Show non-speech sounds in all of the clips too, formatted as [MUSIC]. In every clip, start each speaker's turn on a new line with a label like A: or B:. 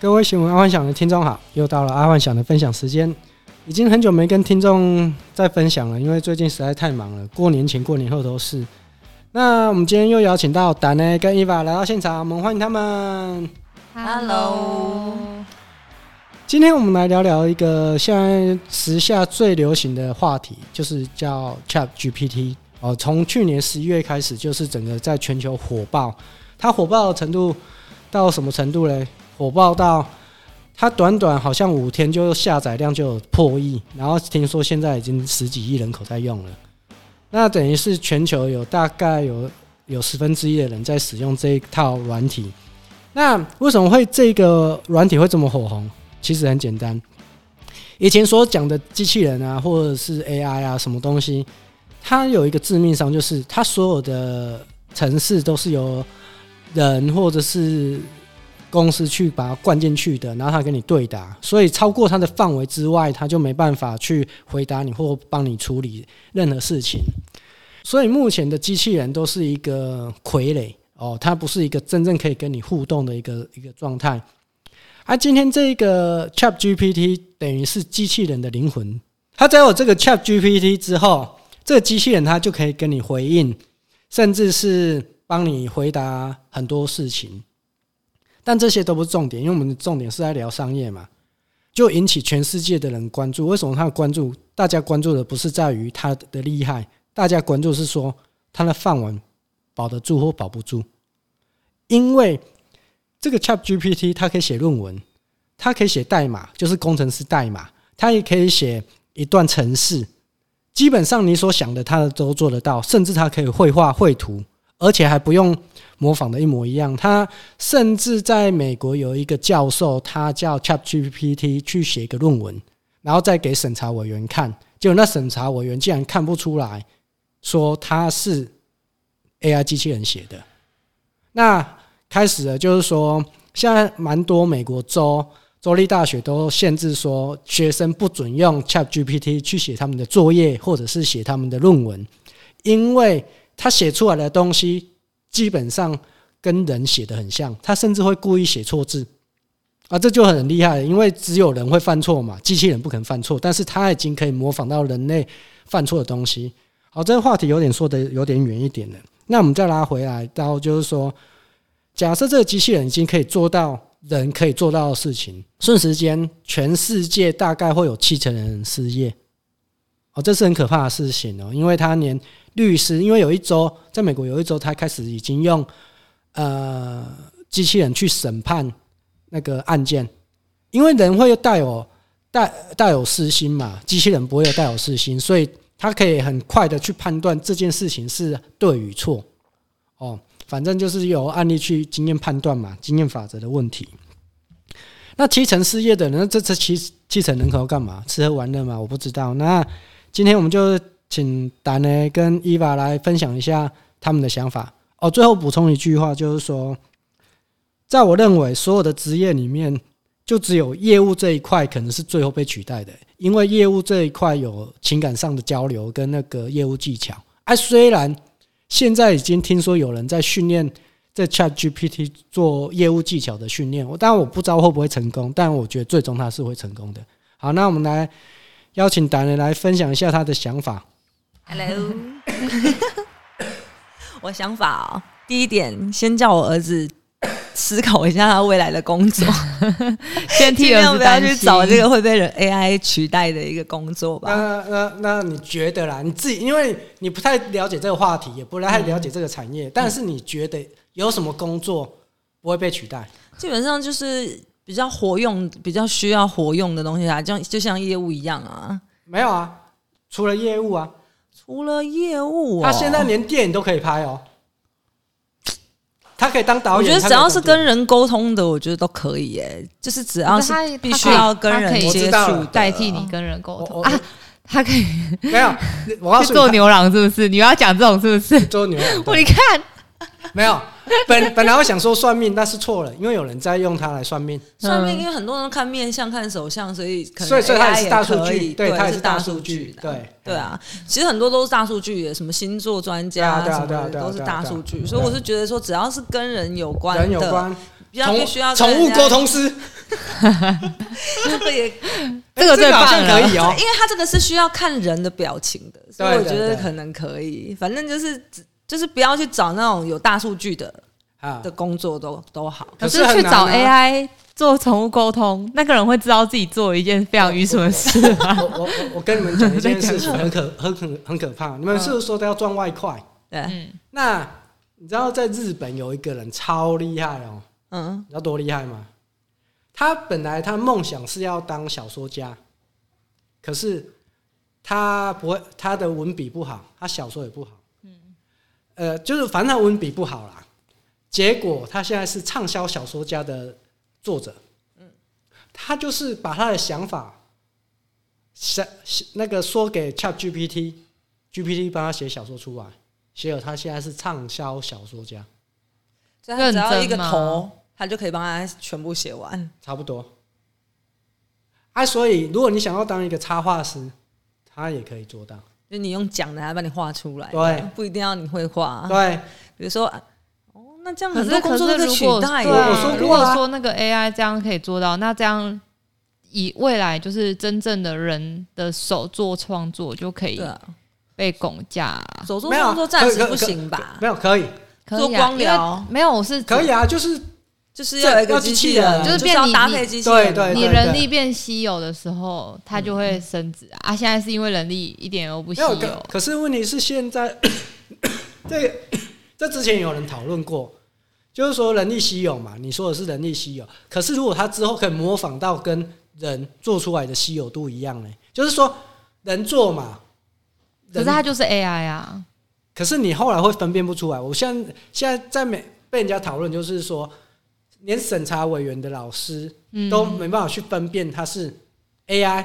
A: 各位新闻阿幻想的听众好，又到了阿幻想的分享时间。已经很久没跟听众再分享了，因为最近实在太忙了，过年前、过年后都是。那我们今天又邀请到达呢跟伊娃来到现场，我们欢迎他们。
B: Hello，
A: 今天我们来聊聊一个现在时下最流行的话题，就是叫 Chat GPT。哦，从去年十一月开始，就是整个在全球火爆。它火爆的程度到什么程度嘞？火爆到它短短好像五天就下载量就有破亿，然后听说现在已经十几亿人口在用了。那等于是全球有大概有有十分之一的人在使用这一套软体。那为什么会这个软体会这么火红？其实很简单，以前所讲的机器人啊，或者是 AI 啊，什么东西，它有一个致命伤，就是它所有的城市都是由人或者是公司去把它灌进去的，然后它跟你对答，所以超过它的范围之外，它就没办法去回答你或帮你处理任何事情。所以目前的机器人都是一个傀儡哦，它不是一个真正可以跟你互动的一个一个状态。而、啊今天这个 Chat GPT 等于是机器人的灵魂，它在有这个 Chat GPT 之后，这个机器人它就可以跟你回应，甚至是帮你回答很多事情。但这些都不是重点，因为我们的重点是在聊商业嘛，就引起全世界的人关注。为什么他的关注？大家关注的不是在于它的厉害，大家关注是说它的饭碗保得住或保不住，因为这个 Chat GPT 它可以写论文，它可以写代码，就是工程师代码，它也可以写一段程式。基本上你所想的，它都做得到，甚至它可以绘画、绘图，而且还不用模仿的一模一样。它甚至在美国有一个教授，他叫 Chat GPT 去写一个论文，然后再给审查委员看，结果那审查委员竟然看不出来，说他是 AI 机器人写的。那开始了，就是说现在蛮多美国州州立大学都限制说，学生不准用 Chat GPT 去写他们的作业或者是写他们的论文，因为他写出来的东西基本上跟人写的很像，他甚至会故意写错字。啊，这就很厉害了，因为只有人会犯错嘛，机器人不可能犯错，但是他已经可以模仿到人类犯错的东西。好，这个话题有点说的有点远一点了，那我们再拉回来到就是说，假设这个机器人已经可以做到人可以做到的事情，瞬时间全世界大概会有七成的人失业。哦，这是很可怕的事情哦，因为他连律师，因为有一周在美国有一周，他开始已经用呃机器人去审判那个案件，因为人会带有带带有私心嘛，机器人不会有带有私心，所以他可以很快的去判断这件事情是对与错。哦，反正就是由案例去经验判断嘛，经验法则的问题。那七成失业的人，那这这七七成人口要干嘛？吃喝玩乐嘛？我不知道。那今天我们就请达呢跟伊娃来分享一下他们的想法。哦，最后补充一句话，就是说，在我认为所有的职业里面，就只有业务这一块可能是最后被取代的，因为业务这一块有情感上的交流跟那个业务技巧。啊，虽然现在已经听说有人在训练在 Chat GPT 做业务技巧的训练，我当然我不知道会不会成功，但我觉得最终它是会成功的。好，那我们来邀请达人来分享一下他的想法。
B: Hello，
C: [LAUGHS] 我想法、哦，第一点，先叫我儿子思考一下他未来的工作，
B: 先
C: 尽
B: 替儿
C: 量
B: 子
C: 不要
B: 担
C: 去
B: 心
C: 找这个会被人 AI 取代的一个工作吧。
A: 那那那你觉得啦？你自己因为你不太了解这个话题，也不太了解这个产业，但是你觉得有什么工作不会被取代？
C: 基本上就是比较活用、比较需要活用的东西啊，就像就像业务一样啊。
A: 没有啊，除了业务啊，
C: 除了业务、哦，
A: 他现在连电影都可以拍哦。他可以当导
C: 我
A: 演，
C: 觉得只要
A: 他可
C: 是
A: 以当
C: 跟人沟通的，我觉得都可以耶，就是只要
B: 可
C: 是
B: 他
C: 必
B: 他
C: 须
B: 可以
C: 要跟
B: 他可
C: 人
B: 以
C: 接
A: 我知
C: 触
A: 道了
C: 的，
B: 代替你跟人沟
A: 我
B: 通
A: 我
B: 啊，他可以
A: 电影没有。你我告
B: 去
A: 诉
B: 做
A: 你，
B: 牛郎是不是？你要讲这种是不是？
A: 做牛郎
B: 我你看，
A: 没有。本本来我想说算命，但是错了，因为有人在用它来算命。
C: 算命，因为很多人看面相、看手相，所以可能
A: 嗯所以所以它也
C: AI
A: 是大数据
C: 可以
A: 对
C: 对，
A: 它也是
C: 是
A: 大数
C: 数
A: 据
C: 的
A: 对
C: 对啊。其实很多都是大数据的，什么星座专家
A: 对啊
C: 什
A: 对啊
C: 么
A: 对啊对啊
C: 的都是
A: 对啊
C: 大数据，所以我是觉得说，只要是跟人有关
A: 人有
C: 的，
A: 关，
C: 比较必须要
A: 宠
C: 跟
A: 宠
C: 人
A: 物
C: [LAUGHS] 家
A: 沟，通师，
C: 这个也
B: 这个最
A: 好像
B: 棒了
A: 可以哦
C: [LAUGHS] 因。为他这个是需要看人的表情的，所以
A: 对
C: 我
A: 对
C: 觉得
A: 对
C: 可能可以。反正就是只就是不要去找那种有大数据的
A: 啊
C: 的，工作都都好。
A: 可
B: 是
A: 是很
B: 去
A: 难
B: 找
A: 啊
B: AI 做宠物沟通，那个人会知道自己做了一件非常愚蠢的事吗？
A: 我我我我跟你们讲一件事情，很可很很很可怕。你们是不是说都要赚外快？
C: 对，
B: 嗯，
A: 那你知道在日本有一个人超厉害哦，
C: 嗯，
A: 你知道多厉害吗？他本来他梦想是要当小说家，可是他不会，他的文笔不好，他小说也不好，嗯，呃，就是反正他文笔不好啦。结果他现在是畅销小说家的作者，嗯，他就是把他的想法想那个说给 Chat GPT，GPT 帮他写小说出来，结果他现在是畅销小说家，
C: 所以他只要一
B: 认
C: 个
B: 真吗
C: 头，他就可以帮他全部写完。
A: 差不多。啊，所以如果你想要当一个插画师，他也可以做到。
C: 就你用讲的，他帮你画出来，
A: 对，
C: 不一定要你会画。
B: 啊
A: 对，
C: 比如说，哦，那这样
B: [LAUGHS] 可
C: 很
B: 是
C: 多
B: 可
C: 工作
B: 是
C: 都被
B: 如
C: 取
B: 果
C: 代
B: 对
A: 我
B: 啊
A: 说过，
B: 如果
A: 啊
B: 说那个 AI 这样可以做到，那这样以未来就是真正的人的手作创作就可以
C: 对啊，
B: 被拱架啊、
C: 手作
A: 没有
C: 工作暂时
A: 可
C: 不行吧
A: 没？有可以，
B: 可以啊
C: 做光疗
B: 因为没有，我是
A: 可以啊，就是
C: 就是要有一
A: 要
C: 个
A: 机
C: 机
A: 器
C: 器
A: 人
C: 人，
A: 就是
B: 是变
C: 要
B: 你
C: 搭
B: 你
C: 配机器人嘛。
A: 对啊对嗯
B: 你人力变稀有的时候，它就会升值啊。啊现在是因为人力一点都不稀
A: 没有
B: 有
A: 可。，可是问题是现在 [COUGHS] 这个这之前有人讨论过，就是说人力稀有嘛，你说的是人力稀有，可是如果他之后可以模仿到跟人做出来的稀有度一样呢，就是说人做嘛，
B: 可
A: 人
B: 是它就是 AI 啊，
A: 可是你后来会分辨不出来。我现在现在在美被人家讨论，就是说，连审查委员的老师
B: 嗯，
A: 都没办法去分辨他是 AI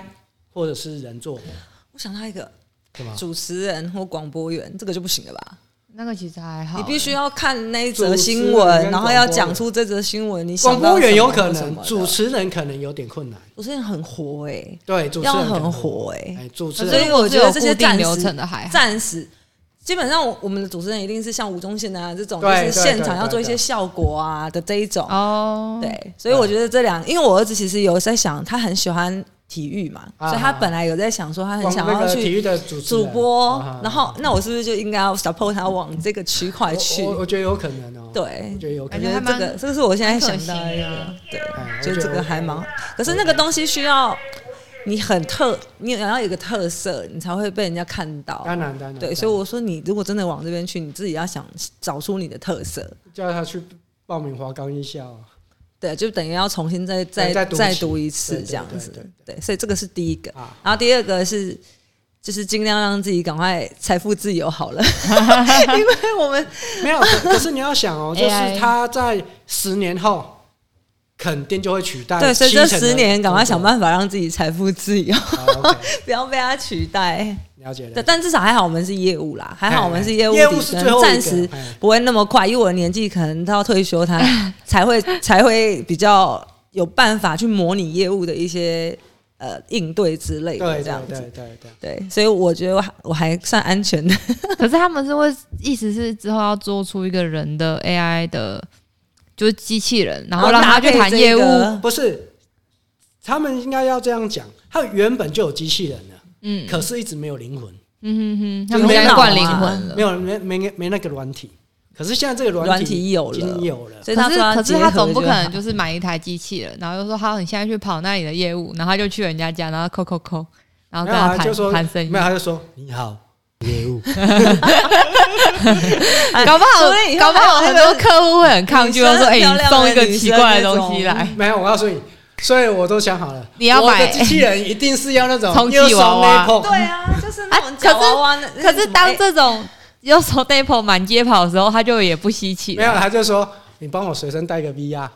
A: 或者是人做的，
C: 我想到一个
A: 是吗？
C: 主持人或广播员，这个就不行了吧？
B: 那个其实还好欸。
C: 你必须要看那一
A: 主
C: 则
A: 持
C: 新
A: 人跟
C: 闻，然后要
A: 广播
C: 讲出这则新闻。你
A: 广
C: 想
A: 播
C: 到
A: 员
C: 什
A: 有
C: 么
A: 可
C: 什
A: 能
C: 么，的
A: 主持人可能有点困难。
C: 主持人很活哎，
A: 对，主持
C: 要
A: 人可能
C: 很，火哎，
A: 哎，主持
B: 可
C: 所
A: 人
B: 是
C: 以
B: 如果
C: 我
B: 是
C: 觉得
B: 有
C: 这
B: 固
C: 些
B: 定
C: 暂
B: 流
C: 时
B: 程的还好。
C: 暂时。基本上，我我们的主持人一定是像吴宗宪啊这种，就
A: 对
C: 是
A: 对
C: 现
A: 对
C: 场要
A: 对
C: 做一
A: 对
C: 些效果啊的这一种。
B: 哦，，
C: 对，所以我觉得这两，因为我儿子其实有在想，他很喜欢体育嘛，
A: 啊
C: 所以他本来有在想说，他很想
A: 广那
C: 要
A: 个体
C: 去
A: 育的主持人
C: 主播
A: 啊，
C: 然后那我是不是就应该要 support 他往这个区块
A: 我
C: 去
A: 我？我觉得有可能哦，
C: 对
A: 我，觉得有可
C: 我
B: 感
A: 能
C: 觉得这
B: 觉还
C: 个
B: 蛮
C: 这个是我现在想
B: 可
C: 到
B: 行
C: 一
B: 啊
C: 个，对，
A: 哎，
C: 就
A: 我觉
C: 这
A: 得
C: 个还蛮好，可是那个东西需要你很特，你也要有一个特色，你才会被人家看到。
A: 当然当然，
C: 对，所以我说你如果真的往这边去，你自己要想找出你的特色。
A: 我叫他去报名华冈艺校啊，
C: 对，就等于要重新再再
A: 再
C: 再
A: 读起
C: 读一次
A: 对对
C: 这样
A: 对
C: 子
A: 对。
C: 对，所以这个是第一个
A: 啊。
C: 然后第二个是，就是尽量让自己赶快财富自由好了，
A: [LAUGHS]
C: 因为我们
A: 没有，可可是你要想
C: [LAUGHS]
A: 哦，就是
B: AI
A: 他在十年后肯定就会取代。
C: 对，所以这十年赶快想办法让自己财富自由， [LAUGHS]
A: 法。好，OK，
C: 不要被它取代。
A: 了解了
C: 对，
A: 解。
C: 但至少还好我们是业务啦，还好我们是业务
A: 哎业务
C: 底
A: 是
C: 层
A: 最后，一个
C: 暂时
A: 哎
C: 不会那么快，因为我的年纪可能到退
A: [LAUGHS]
C: 休，他才会才会比较有办法去模拟业务的一些呃应对之类的
A: 对
C: 这样
A: 对
C: 子
A: 对。对对，
C: 对，所以我觉得我还我还算安全的。
B: 可是他们是会，意思是之后要做出一个人的 AI 的，就是机器人，
C: 哦
B: [LAUGHS] 然后让他去谈业务。
A: 不是，他们应该要这样讲，他原本就有机器人了，
B: 嗯
A: 可是一直没有灵魂，
B: 嗯哼哼，他
C: 就
B: 们
C: 是
B: 现在
C: 脑
B: 灌
C: 啊
B: 灵魂了
A: 没。有没没没那个软体，可是现在这个
C: 软
A: 体
C: 体有
A: 已经
C: 了，
A: 有了。
C: 所以
B: 可
C: 他
B: 是
C: 说要
B: 可是
C: 结
B: 他
C: 合
B: 总不
C: 就
B: 可能
C: 好
B: 就是买一台机器人，然后又说好，你现在去跑那里的业务，然后他就去人家家，然后扣扣扣，然后
A: 没
B: 跟
A: 有
B: 他
A: 啊，
B: 谈
A: 就说
B: 谈生意
A: 没有，，他就说你好，业务。
B: 搞不好
C: 说不哎定以后
B: 搞不好
C: 还有
B: 很
C: 那
B: 多
C: 个
B: 客户会很抗拒，
C: 女
B: 就
C: 生
B: 说哎，
C: 漂
B: 你
C: 亮
B: 送
C: 的
B: 一个
C: 女
B: 奇
C: 生
B: 怪的
C: 那
B: 东西
C: 种
B: 来，
A: 没有，我告诉你，所以我都想好了，
B: 你要
A: 我的
B: 买
A: 机器人一定是要那种
B: 充气
A: 又松
B: 娃娃
A: 内扣
C: 对啊，就是那种
B: 啊
C: 夹娃娃的那
B: 可
C: 种
B: 是
C: 什么
B: 当
C: 哎
B: 这种有手 d a p o 满街跑的时候，他就也不稀奇
A: 没有，
B: 了。
A: 他就说你帮我随身带个 VR，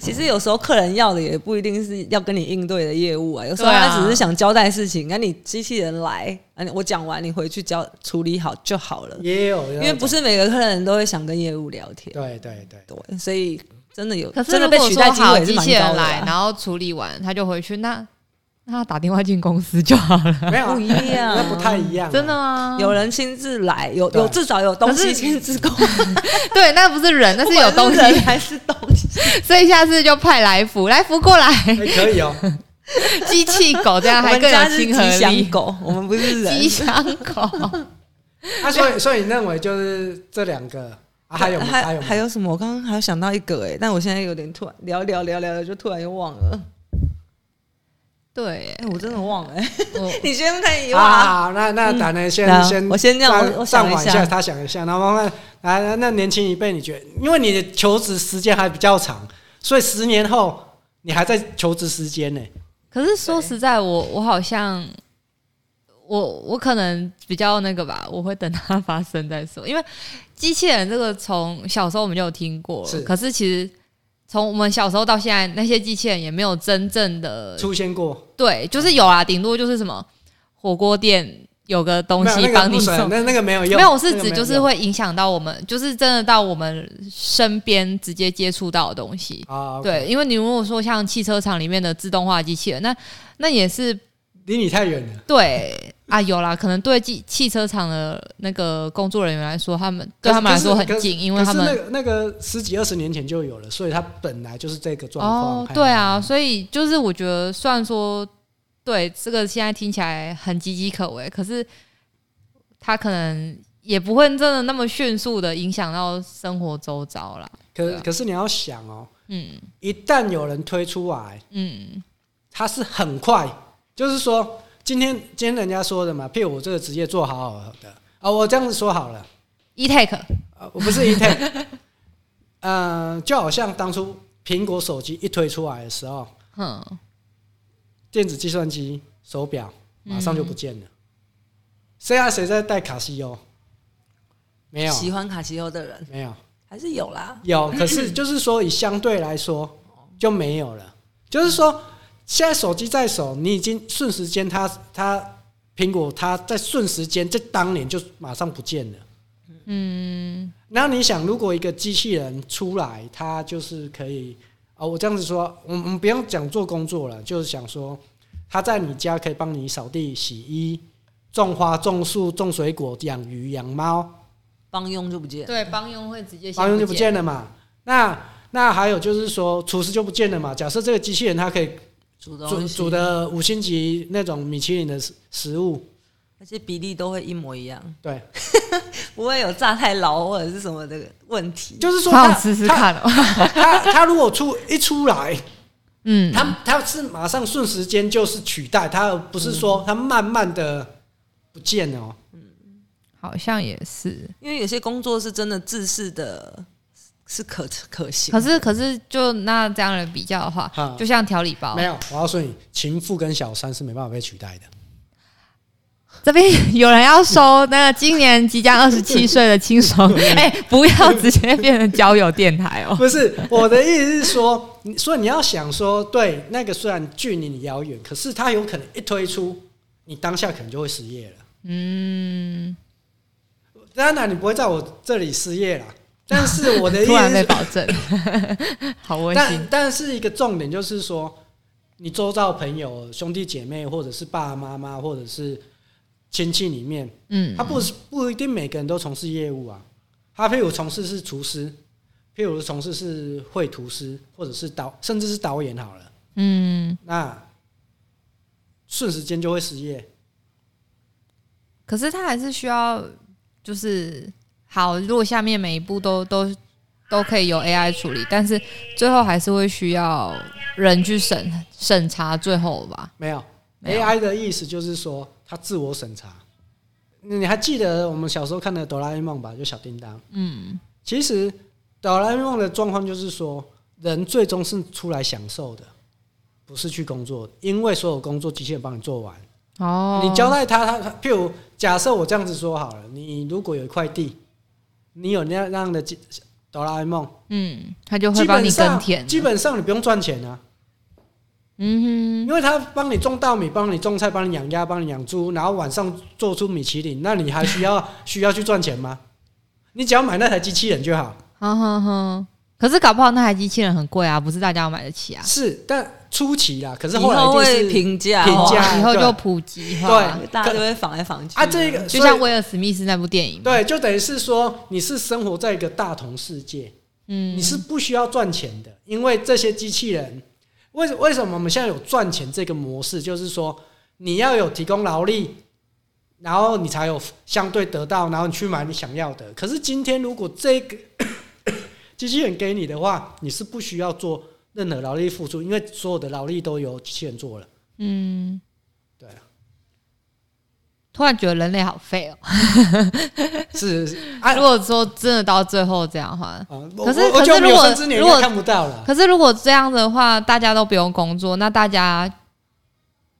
C: 其实有时候客人要的也不一定是要跟你应对的业务啊，有时候
B: 对啊
C: 他只是想交代事情，那、你机器人来，啊，你我讲完你回去交处理好就好
B: 啊
C: 了，
A: 也有，因
C: 因为不是每个客人都会想跟业务聊天，
A: 对对对，
C: 对，所以真的有
B: 可是
C: 真的
B: 如
C: 被
B: 果
C: 取
B: 说
C: 代机
B: 好
C: 会也是
B: 机
C: 蛮
B: 器人
C: 高的
B: 来，
C: 啊、
B: 然后处理完他就回去，那那他打电话进公司就好了。
A: 没有啊
C: 不一样，
A: 那不太一样啊，
B: 真的吗？
C: 有人亲自来，有有
A: 对
C: 至少有东
B: 可
C: 西
B: 是
C: 亲自
B: [LAUGHS]
C: 供，
B: 对，那不是人，那是有东
C: 不
B: 西
C: 管。人还是东西，
B: 所以下次就派来
C: [LAUGHS]
B: 福，来福过来，
A: 哎可以哦，
B: 机器狗这样
C: 我
B: 啊还
C: 们
B: 更
C: 家
B: 有
C: 是吉
B: 亲和力
C: 祥。狗，我们不是人
B: 吉。 [LAUGHS] 祥狗。
A: 那啊所以所以你认为就是这两个，啊还有吗还有
C: 还
A: 吗
C: 还有什么？我刚刚还有想到一个哎、但我现在有点突然聊聊聊聊聊，就突然又忘了。
B: 对
C: 哎、，我真的忘
A: [LAUGHS]
C: 了、哎
B: 我
C: 你先看遗忘啊。
A: 啊，那那咱呢先
C: 对啊
A: 先
C: 我先这样
A: 暂
C: 我我想
A: 暂
C: 一
A: 缓
C: 下
A: 下，他想一下，然后慢慢来。那那年轻一辈，你觉得，因为你的求职时间还比较长，所以十年后你还在求职时间呢。
B: 可是说实在，我我好像我我可能比较那个吧，我会等它发生再说。因为机器人这个从小时候我们就有听过了，
A: 是
B: 可是其实从我们小时候到现在，那些机器人也没有真正的
A: 出现过，
B: 对，就是有啦，顶多就是什么火锅店有个东
A: 没有
B: 西
A: 那个
B: 帮你
A: 不
B: 送
A: 是，那那个没有用，
B: 没有，我是
A: 那个
B: 指
A: 有
B: 就是
A: 用
B: 会影响到我们，就是真的到我们身边直接接触到的东西。
A: 啊，OK，
B: 对，因为你如果说像汽车厂里面的自动化机器人，那那也是
A: 离你太远了。
B: 对啊，有啦，可能对汽汽车厂的那个工作人员来说，他们
A: 可
B: 对
A: 是
B: 他们来
A: 可是
B: 说很
A: 可是
B: 近，因为他
A: 可
B: 们
A: 是那个那个十几二十年前就有了，所以它本来就是这个状况。
B: 哦，
A: 哎
B: 对，啊，所以就是我觉得，虽然说对这个现在听起来很岌岌可危，可是它可能也不会真的那么迅速的影响到生活周遭啦。对
A: 可
B: 啊
A: 可是你要想哦，
B: 嗯
A: 一旦有人推出来，
B: 嗯，
A: 它是很快，就是说今天今天人家说的嘛，譬如我这个职业做好好的啊，我这样子说好了，
B: e take
A: 啊，我不是 i n t [LAUGHS] e 嗯，就好像当初苹果手机一推出来的时候，
B: 嗯，
A: 电子计算机、手表马上
B: 嗯
A: 就不见了，现在谁在戴卡西欧？没有，
C: 喜欢卡西欧的人
A: 没有，
C: 还是有啦，
A: 有，可是就是说，以相对来说就没有了。就是说，现在手机在手，你已经瞬时间它，它苹果它在瞬时间，在当年就马上不见了。嗯，然后你想，如果一个机器人出来，它就是可以啊、我这样子说，我们不用讲做工作了，就是想说，它在你家可以帮你扫地、洗衣、种花、种树、种水果、养鱼、养猫，
C: 帮佣就不见了。
B: 对，帮佣会直接
A: 房用就不
B: 见，
A: 见了嘛。那那还有就是说，厨师就不见了嘛。假设这个机器人它可以
C: 煮的
A: 煮煮，的五星级那种米其林的食食物，
C: 而且比例都会一模一样，
A: 对，
C: 不会有炸太牢或者是什么的问题。
A: 就是说
B: 好
A: 它
B: 想吃吃
A: 它
B: 看哦。
A: 它它如果出一出来，
B: 嗯，
A: 它它是马上瞬时间就是取代，它不是说它慢慢的不见了哦。
B: 好像也是，
C: 因为有些工作是真的自视的，是可可行。
B: 可是可是就那这样的比较的话，
A: 啊
B: 就像调理包
A: 没，有，我告诉你，情妇跟小三是没办法被取代的。
B: [LAUGHS] 这边有人要收那个今年即将二十七岁的轻 [LAUGHS] 松，哎、不要直接变成交友电台 [LAUGHS] 哦。
A: [LAUGHS] 不是我的意思是说，你所以你要想说，对那个虽然距离你遥远，可是它有可能一推出，你当下可能就会失业了。
B: 嗯，
A: 当然你不会在我这里失业啦，但是我的意
B: [LAUGHS] 突然
A: 思
B: 被
A: 是，
B: 保证，好温馨
A: 但。但是一个重点就是说，你周遭朋友、兄弟姐妹，或者是爸爸妈妈，或者是亲戚里面，
B: 嗯
A: 他不是不一定每个人都从事业务啊，他譬如从事是厨师，譬如从事是绘图师，或者是导，甚至是导演好了。
B: 嗯，
A: 那瞬时间就会失业。
B: 可是他还是需要，就是好，如果下面每一步都都都可以由 AI 处理，但是最后还是会需要人去审审查最后吧。
A: 没有
B: 没有
A: AI 的意思就是说，它自我审查。你你还记得我们小时候看的《哆啦 A 梦》吧？就小叮当。嗯，其实哆啦 A 梦的状况就是说，人最终是出来享受的，不是去工作的，因为所有工作机器人帮你做完。
B: 哦
A: 你交代他，他他譬如假设我这样子说好了，你如果有一块地，你有那样那样的机哆啦 A 梦，
B: 嗯，他就会
A: 基
B: 帮
A: 本
B: 你
A: 上
B: 耕田。啊
A: 基本上你不用赚钱啊。
B: 嗯
A: 因为他帮你种稻米，帮你种菜，帮你养鸭，帮你养猪，然后晚上做出米其林，那你还需要 [LAUGHS] 需要去赚钱吗？你只要买那台机器人就好。
B: 哼，哼哼哼。可是搞不好那台机器人很贵啊，不是大家要买得起啊。
A: 是，但初期啦，可是
C: 以
A: 后来
C: 后
A: 一
C: 会
A: 定是
C: 评价
A: 评
C: 哦
A: 价
B: 以后
A: 对
B: 就普及化，
A: 对
C: 大家都会仿来仿去
A: 啊，这个
B: 就
A: 所以
B: 像威尔史密斯那部电影，
A: 对，就等于是说你是生活在一个大同世界，
B: 嗯，
A: 你是不需要赚钱的，因为这些机器人为为什么我们现在有赚钱这个模式，就是说你要有提供劳力，然后你才有相对得到，然后你去买你想要的。可是今天如果这个 [COUGHS] 机器人给你的话，你是不需要做任何劳力付出，因为所有的劳力都由机器人做了。
B: 嗯，
A: 对啊，
B: 突然觉得人类好废哦。
A: 是啊
B: 如果说真的到最后这样的话，
A: 啊，我
B: 可是
A: 我我
B: 可是
A: 就没有
B: 如果
A: 生之年
B: 如果
A: 也看不到了。
B: 可是如果这样的话，大家都不用工作，那大家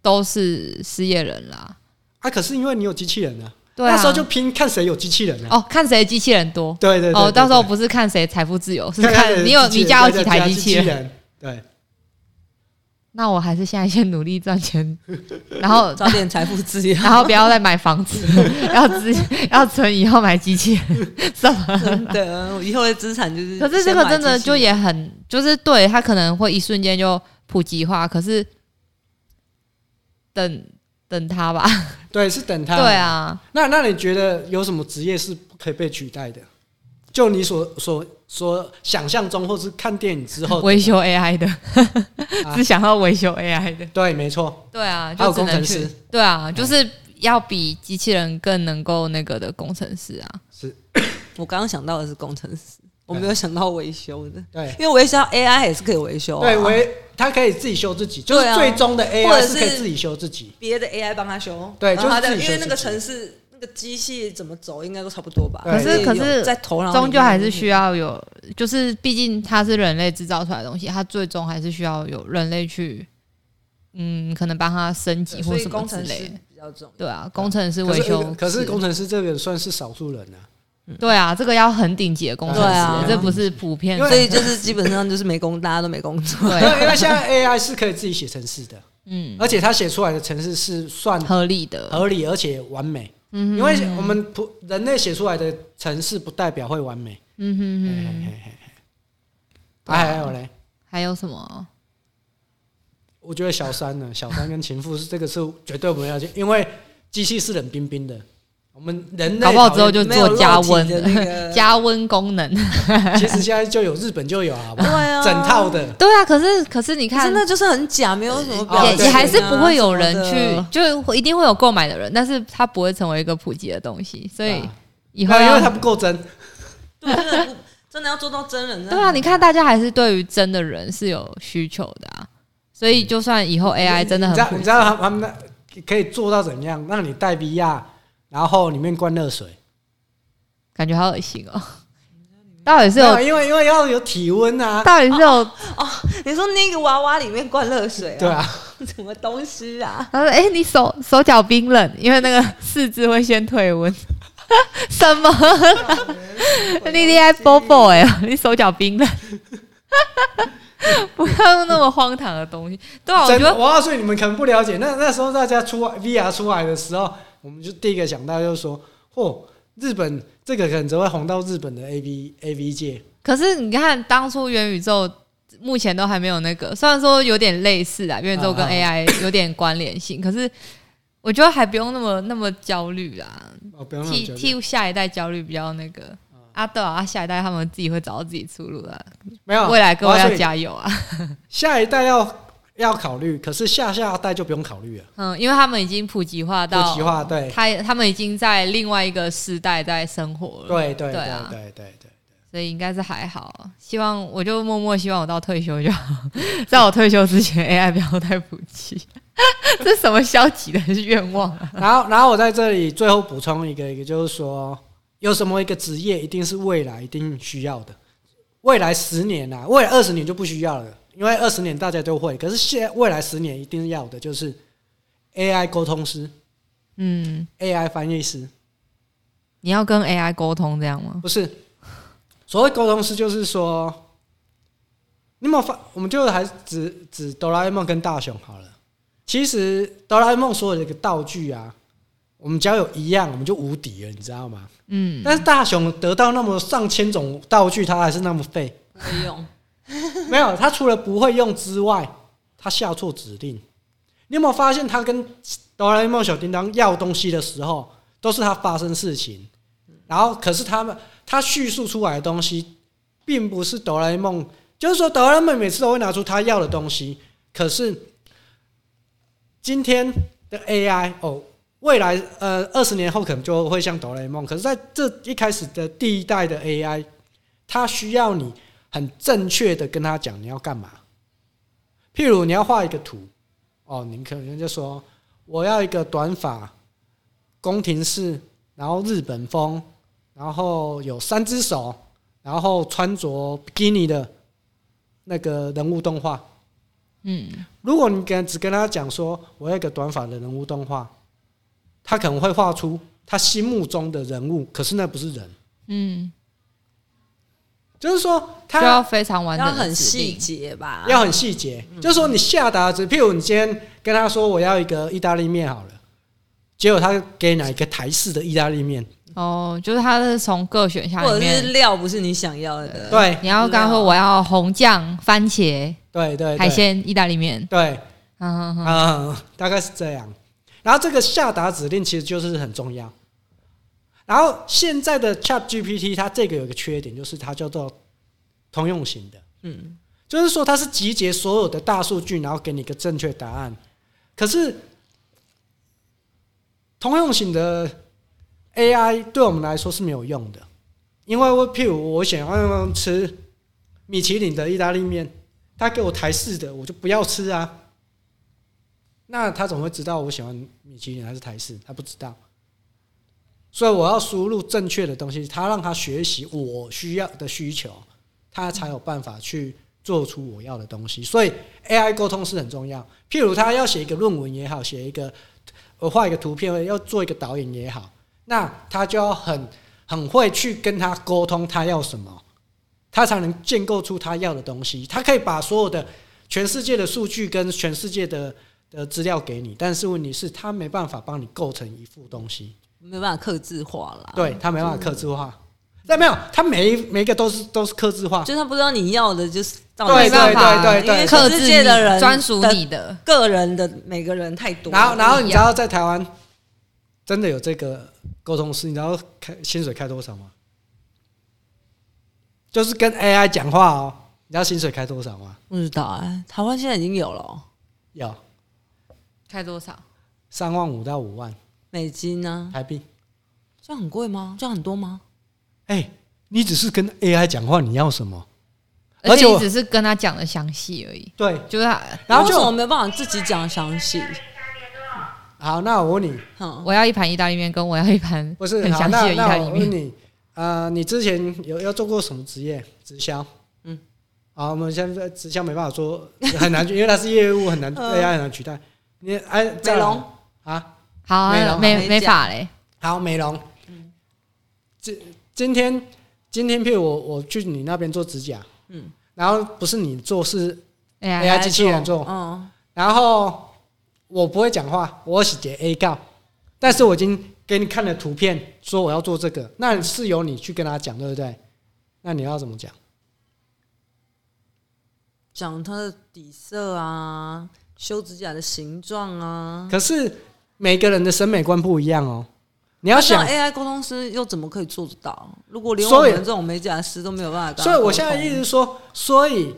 B: 都是失业人啦。
A: 啊，可是因为你有机器人啊，
B: 对啊，
A: 那时候就拼看谁有机器人啊。
B: 哦，看谁机器人多。
A: 对对对
B: 哦，
A: 对
B: 到时候
A: 对
B: 不是看谁财富自由，是
A: 看看谁
B: 看你有
A: 机器
B: 你
A: 人
B: 家有
A: 对对
B: 几台
A: 家
B: 机器人。
A: 人，对，
B: 那我还是现在先努力赚钱，然后
C: 早点财富自
A: [LAUGHS]
C: 由，
B: [LAUGHS]
C: [LAUGHS]
B: 然后不要再买房子， [LAUGHS] 要资要存以后买机器人，什么？
C: 真的，啊我以后的资产就是。
B: 可是这个真的就，也很，就是对它可能会一瞬间就普及化，可是等等它吧，
A: 对，是等他。
B: [LAUGHS] 对。啊，
A: 那那你觉得有什么职业是不可以被取代的？就你所所所想象中，或是看电影之后，
B: 维修 AI 的，
A: 啊
B: [LAUGHS] 只想要维修 AI 的，
A: 对，没错，
B: 对啊，
A: 还
B: 就
A: 有
B: 只
A: 工
B: 能
A: 程
B: 去
A: 师，嗯
B: 对啊，就是要比机器人更能够那个的工程师啊，
C: 我刚刚想到的是工程师，我没有想到维修的，
A: 对
C: 因为维修 AI 也是可以维修、啊，
A: 对，为他可以自己修自己，就是
C: 对啊
A: 最终的 AI
C: 或者
A: 是可以
C: 是
A: 自己修自己。
C: 别的 AI 帮他修，
A: 对
C: 然后他
A: 就是
C: 在
A: 自己
C: 因
A: 修
C: 为那个
A: 自己
C: 城市那个机器怎么走，应该都差不多吧。
A: 对可是
B: 可是
C: 有在头脑里面
B: 终究还是需要有，就是毕竟它是人类制造出来的东西，它最终还是需要有人类去。嗯，可能帮它升级
C: 对
B: 或
C: 所以
B: 什么
C: 工
B: 之
C: 程
B: 类
C: 师
B: 的，
C: 比较重要。
B: 对啊，工程师
A: 可
B: 维
A: 是
B: 修
A: 可是工程师这个算是少数人啊，
B: 对啊，这个要很顶级的工程师，欸
C: 对啊
B: 这不是普遍
A: 因为
C: 所
B: 的。
C: 以就是基本上就是没工，大家都没工作。 [LAUGHS]
A: 因为
B: 对，
A: 因为现在 AI 是可以自己写程式的，
B: 嗯，
A: 而且他写出来的程式是算
B: 合理的，
A: 合理而且完美。
B: 嗯哼
A: 因为我们普人类写出来的程式不代表会完美。
B: 嗯
A: 嘿
B: 哼
A: 嘿嘿
B: 哼，
A: 嘿啊还有嘞，
B: 还有什么？
A: 我觉得小三呢，小三跟情妇是这个是绝对不要去，因为机器是冷冰冰的，我们人类
B: 搞不好之后
A: 讨
B: 就
C: 没有
B: 做加温
C: 肉体的那个
B: [LAUGHS] 加温功能。
A: 厌其实现在就有日本就有啊，好
B: [LAUGHS]
A: 不好
C: [LAUGHS] 对啊
A: 整套的。
B: 对啊，可是可是你
C: 可是
B: 看，
C: 那就是很假，没有什么表
A: 哦
B: 也
C: 情啊
B: 也还是不会有人
C: 什么
B: 去
C: 的，
B: 就一定会有购买的人，但是它不会成为一个普及的东西，所以
A: 啊
B: 以后
A: 对因
B: 要
A: 为它不够真，
C: 对，真的不真的要做到真人。
B: 对啊，你看大家还是对于真的人是有需求的啊，所
A: 嗯
B: 以就算以后 AI 真的
A: 你知道
B: 很普
A: 你知道他他们那可以做到怎样？让你戴 VR，然后里面灌热水，
B: 感觉好恶心哦。 [LAUGHS] 到底是
A: 没
B: 有
A: 有，因为因为要有体温啊，
B: 到底是有？
C: 你说那个娃娃里面灌热水，
A: 对，啊，
C: [LAUGHS] 什么东西啊？
B: 他说：“哎、你手手脚冰冷，因为
A: [LAUGHS]
B: 那个四肢会先退温。 [LAUGHS] 什么？你你还 bobo 哎，你手脚冰冷， [LAUGHS] 不要用那么荒唐的东西。对啊，我觉
A: 真的，
B: 得
A: 我告诉你你们可能不了解，那那时候大家出来 VR 出来的时候，我们就第一个想到就是说，嚯，日本这个可能只会红到日本的 AV AV 界，
B: 可是你看当初元宇宙。”目前都还没有那个，虽然说有点类似啊，元宇宙跟
A: 啊啊
B: AI 有点关联性，可是我觉得还不用那么那么焦虑啊，
A: 哦，不用那么嗯
B: 替
A: 久。
B: 替下一代焦虑比较那个。啊，对啊，下一代他们自己会找到自己出路的啊、
A: 没有
B: 未来各位
A: 我告
B: 要
A: 诉你
B: 加油啊！
A: 下一代要要考虑，可是下下代就不用考虑了，
B: 嗯，因为他们已经普及化到
A: 普及化，对
B: 他他们已经在另外一个世代在生活了，
A: 对对
B: 对啊
A: 对对对对，
B: 所以应该是还好。希望我就默默希望我到退休就好， [LAUGHS] 在我退休之前 AI 不要太普及， [LAUGHS] 这是什么消极的愿望啊？
A: [LAUGHS] 然后然后我在这里最后补充一个，一个就是说，有什么一个职业一定是未来一定需要的，未来十年啊，未来二十年就不需要了，因为二十年大家都会，可是现在未来十年一定要的就是 AI 沟通师、
B: 嗯，
A: AI 翻译师，
B: 你要跟 AI 沟通这样吗？
A: 不是所谓沟通师就是说，你有没有发？我们就还是指指哆啦 A 梦跟大雄好了。其实哆啦 A 梦所有的一个道具啊，我们只要有一样，我们就无敌了，你知道吗？
B: 嗯，
A: 但是大雄得到那么上千种道具，他还是那么废。
C: 不会用，
A: [LAUGHS] 没有，他除了不会用之外，他下错指令。你有没有发现，他跟哆啦 A 梦、小叮当要东西的时候，都是他发生事情，然后可是他们他叙述出来的东西，并不是哆啦 A 梦，就是说哆啦 A 梦每次都会拿出他要的东西，可是今天的 AI 哦，未来呃二十年后可能就会像哆啦 A 梦，可是在这一开始的第一代的 AI，它需要你很正确的跟他讲你要干嘛，譬如你要画一个图，哦，你可能就说我要一个短发宫廷式，然后日本风，然后有三只手，然后穿着比基尼的那个人物动画。
B: 嗯，
A: 如果你跟只跟他讲说我要一个短发的人物动画，他可能会画出他心目中的人物，可是那不是人，
B: 嗯，
A: 就是说
B: 就
A: 他
B: 要非常完整
C: 要
B: 的
C: 很
B: 指
C: 细
B: 令，
C: 节
B: 啊
C: 吧，
A: 要很细节，
B: 嗯
A: 就是说你下达指，譬如你今天跟他说我要一个意大利面好了，结果他给你哪一个台式的意大利面，
B: 哦，就是它是从各选项
C: 或
B: 里
C: 者是啊
B: 面，
C: 料不是你想要的，
A: 对
B: 你要刚说我要红酱、番茄、
A: 对对，对
B: 海，鲜、意大利面，
A: 对，
B: 嗯嗯嗯，
A: 嗯，大概是这样。然后这个下达指令其实就是很重要。然后现在的 Chat GPT 它这个有一个缺点，就是它叫做通用型的，
C: 嗯，
A: 就是说它是集结所有的大数据，然后给你一个正确答案。可是通用型的 AI 对我们来说是没有用的，因为我譬如我想要吃米其林的意大利面，他给我台式的，我就不要吃啊。那他怎么会知道我喜欢米其林还是台式？他不知道。所以我要输入正确的东西，他让他学习我需要的需求，他才有办法去做出我要的东西。所以 AI 沟通是很重要。譬如他要写一个论文也好，写一个呃画一个图片，要做一个导演也好，那他就要很很会去跟他沟通，他要什么，他才能建构出他要的东西。他可以把所有的全世界的数据跟全世界的的资料给你，但是问题是，他没办法帮你构成一副东西，
C: 没办法克制化
B: 啊
C: 啦，，
A: 对他没办法刻字化。但没有，他每一每一个都是都是刻字化，
C: 就是他不知道你要的就是到底
A: 啊对
B: 没
C: 是
B: 办法
A: 对对对
C: 因为
B: 克
C: 全
B: 制
C: 世界的
B: 你
C: 人
B: 专属
C: 的
B: 你的，
C: 个人的每个人太多了，
A: 然后，然后
B: 不
A: 你
B: 一样
A: 知道在台湾真的有这个沟通师，你知道开薪水开多少吗？就是跟 AI 讲话哦，你知道薪水开多少吗？
C: 不知道啊，台湾现在已经有了哦
A: 有
B: 开多少？
A: 三万五到五万
C: 美金呢，
A: 台币。
C: 这样很贵吗？这样很多吗？
A: 哎、你只是跟 AI 讲话，你要什么？而
B: 而
A: 且
B: 且
A: 我
B: 你只是跟他讲的详细而已，
A: 对，
B: 就是他
A: 然后
C: 为
A: 就
C: 什么没办法自己讲详细？
A: 好，那我问你，
C: 哼，
B: 我要一盘意大利面，跟我要一盘
A: 不是
B: 很
A: 好，
B: 详细
A: 那
B: 的意大
A: 那我
B: 利
A: 问
B: 面，
A: 你，呃，你之前有要做过什么职业？直销。
C: 嗯。
A: 好，我们现在直销没办法做，很难，因为它是业务，很难
C: 嗯
A: AI 很难取代。你哎，再
C: 美
A: 来
C: 容
A: 啊，
B: 好
A: 美容
B: 啊
C: 美
B: 美美
C: 甲
B: 法嘞，
A: 好美容。今今天今天，譬如我我去你那边做指甲，
C: 嗯
A: 然后不是你做，是
B: 哎
A: AI
B: 呀，
A: 啊机器人做，
C: 嗯，
A: 然后我不会讲话，我是写 A 告，但是我已经给你看了图片，说我要做这个，那是由你去跟他讲，对不对？那你要怎么讲？
C: 讲它的底色啊，修指甲的形状啊。
A: 可是每个人的审美观不一样哦，你要想
C: 那这，样 AI 沟通师又怎么可以做得到？如果连我
A: 所以
C: 们这种美甲师都没有办法跟他
A: 所
C: 沟
A: 以
C: 通，
A: 我现在一直说，所以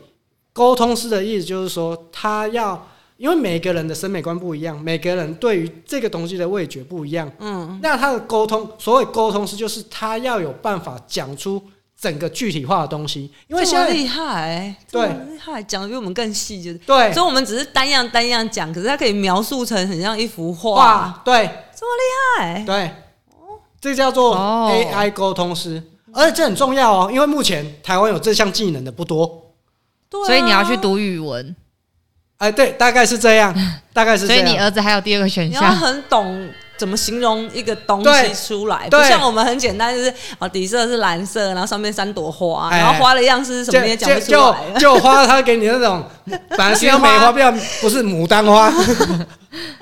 A: 沟通师的意思就是说，他要因为每个人的审美观不一样，每个人对于这个东西的味觉不一样，
C: 嗯，
A: 那他的沟通，所谓沟通师就是他要有办法讲出整个具体化的东西，因为
C: 这
A: 现
C: 么
A: 在
C: 厉害，这
A: 对
C: 么厉害，讲的比我们更细，就是。
A: 对
C: 所以，我们只是单样单样讲，可是它可以描述成很像一幅画，
A: 哇，对
C: 这么厉害！
A: 对，这叫做
B: 哦
A: AI 沟通师，而且这很重要哦，因为目前台湾有这项技能的不多，
C: 对啊
B: 所以你要去，读语文，
A: 哎，对，大概是这
C: [LAUGHS]
A: 样，大概是
B: 所
A: 这
B: 以你
A: 样，
B: 儿子还有第二个选
C: 你要 [LAUGHS]
B: 项，
C: 很懂怎么形容一个东
A: 对
C: 西出来，不
A: 对
C: 像我们很简单，就是啊底色是蓝色，然后上面三朵花，
A: 哎
C: 然后花的样式是什么你也
A: 就
C: 讲不
A: 就
C: 出来
A: 就。就花他给你那种，本来是要梅花，变不是牡丹花，
C: [LAUGHS]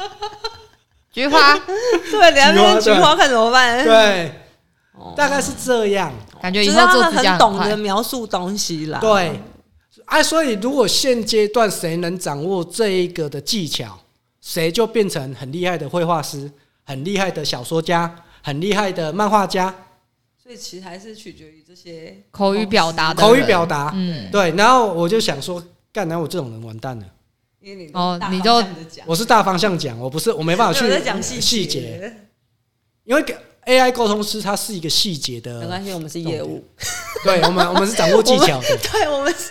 B: 菊花，
C: [LAUGHS] 对，你要
A: [LAUGHS]
C: 变
A: 菊
C: 菊
A: 花
C: 花看怎么办？
A: 对，
C: 哦，
A: 大概是这样，
B: 感觉
C: 就
B: 以
C: 是
B: 后
C: 他
B: 做
C: 们
B: 指
C: 很
B: 甲很
C: 懂得
B: 快，
C: 描述东西啦。
A: 对。哎，所以如果现阶段谁能掌握这一个的技巧，谁就变成很厉害的绘画师、很厉害的小说家、很厉害的漫画家，
C: 所以其实还是取决于这些
B: 口语表达的人
A: 口语表达。
B: 嗯，
A: 对，然后我就想说，干，然后我这种人完蛋了。
C: 因为你
B: 哦
C: 大
B: 你
C: 方
B: 就
C: 向地讲
A: 我是大方向讲，我不是我没办法
C: [LAUGHS]
A: 去
C: 没有在讲
A: 细节，，因为 AI 沟通师他是一个细节
C: 没
A: 的，
C: 关系，我们是业务。
A: 对我们我们是掌握技巧的。
C: [LAUGHS] 对，我
A: [LAUGHS]
C: 们是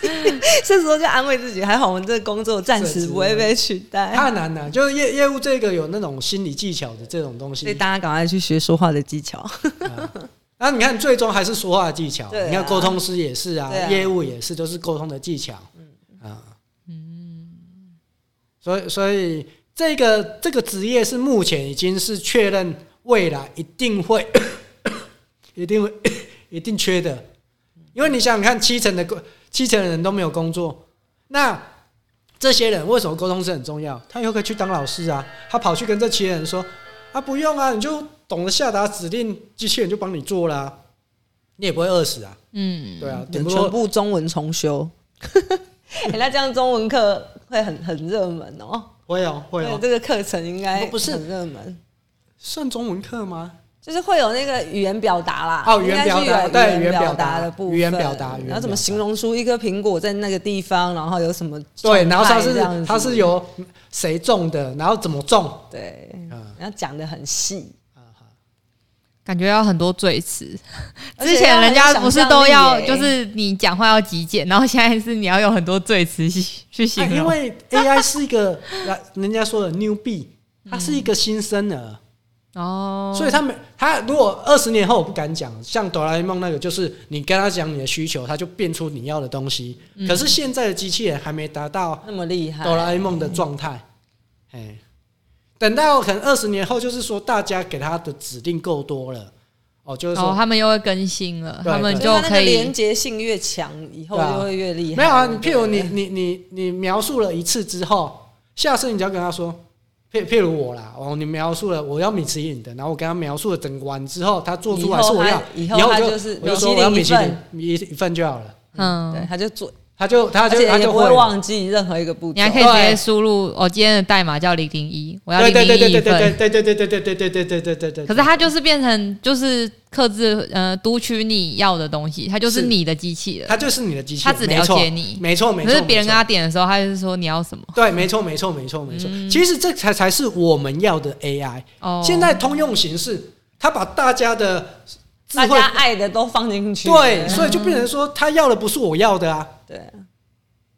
C: 这时候就安慰自己，还好我们这个工作暂时不会被取代。
A: 太难了，就是业业务这个有那种心理技巧的这种东
C: 所以
A: 西。
C: 大家赶快去学说话的技巧。
A: 那、你看，最终还是说话的技巧。
C: 对啊
A: 你看沟通师也是啊，
C: 对啊
A: 业务也是，都是沟通的技巧。嗯啊，嗯，所以所以这个这个职业是目前已经是确认未来一定会 [COUGHS] 一定会 [COUGHS] 一定缺的，因为你想想看，七成的工七成的人都没有工作，那这些人为什么沟通是很重要？他又可以去当老师啊，他跑去跟这些人说啊，不用啊，你就懂得下达指令，机器人就帮你做啦、你也不会饿死啊，
B: 嗯，
A: 对啊，顶
C: 全
A: 多
C: 部中文
A: [LAUGHS]
C: 重修。哎、那这样中文课会很很热门哦。
A: 会哦会哦，
C: 这个课程应该
A: 不是
C: 很热门，
A: 算中文课吗？
C: 就是会有那个语言表达啦。
A: 哦语言表达
C: 应该是有
A: 对
C: 语
A: 语言表达
C: 表达的部分，
A: 语言表达语言
C: 然后
A: 表达
C: 怎么形容出一个苹果在那个地方，然后有什么
A: 对，然后
C: 状
A: 它
C: 态这样
A: 是
C: 子
A: 它是由谁种的，然后怎么种
C: 对，
A: 啊
C: 然后讲的很细。
B: 感觉要很多赘词。
C: 而且
B: 之前人家不是都
C: 很有想象
B: 要，
C: 力耶
B: 就是你讲话要极简，然后现在是你要有很多赘词去去
A: 哎
B: 形
A: 因
B: 容。
A: 为 AI 是一个 [LAUGHS] 来人家说的 newbie，它是一个新生儿，
B: 哦，
A: 所以他们他如果二十年后我不敢讲，像哆啦 A 梦那个，就是你跟他讲你的需求，他就变出你要的东西。可是现在的机器人还没达到
C: 那么厉害，
A: 哆啦 A 梦的状态，哎，等到可能二十年后，就是说大家给他的指令够多了，哦，就是
B: 哦，
A: 说
B: 他们又会更新了，
A: 对
B: 他们
A: 对
B: 就可
C: 连
B: 以
C: 接性越强，以
A: 嗯
C: 后
A: 对啊
C: 就会越厉害。
A: 没有啊，你譬如你
C: 对
A: 你你你描述了一次之后，下次你只要跟他说，譬譬如我啦，哦，你描述了我要米其林的，然后我跟他描述了整个碗之后，他做出来是我要，
C: 以
A: 以
C: 后他以
A: 后
C: 后
A: 我就
C: 他就是
A: 我就
C: 米其
A: 说
C: 林
A: 我要米其
C: 一
A: 林
C: 份
A: 一一份就好了，
C: 对
B: 嗯，
C: 他就做，
A: 他就他
C: 而
A: 就他
C: 且也
A: 就
C: 不
A: 会
C: 会
A: 了
C: 忘记任何一个步骤
B: 你还。可以直接输入我今天的代码叫零零一，我要
A: 对
B: 零
A: 对对
B: 零
A: 对
B: 一
A: 对
B: 份。
A: 对对对对对对对对对对对对对。
B: 可是它就是变成就是克制呃读取你要的东西，它就是
A: 是
B: 你的机器了。
A: 他就是你的机器
B: 它
A: 人，
B: 只了解你
A: 没错没
B: 可
A: 错。没
B: 是
A: 错
B: 别人
A: 没
B: 跟
A: 错
B: 他点的时候，他就是说你要什么
A: 对，没错没错没错没错。其实这才才是我们要的 AI。
B: 哦。
A: 现在通用形式，它把大家的智
C: 大
A: 慧
C: 家爱的都放进去，
A: 对，所以就变成说他要的不是我要的啊，
C: 对，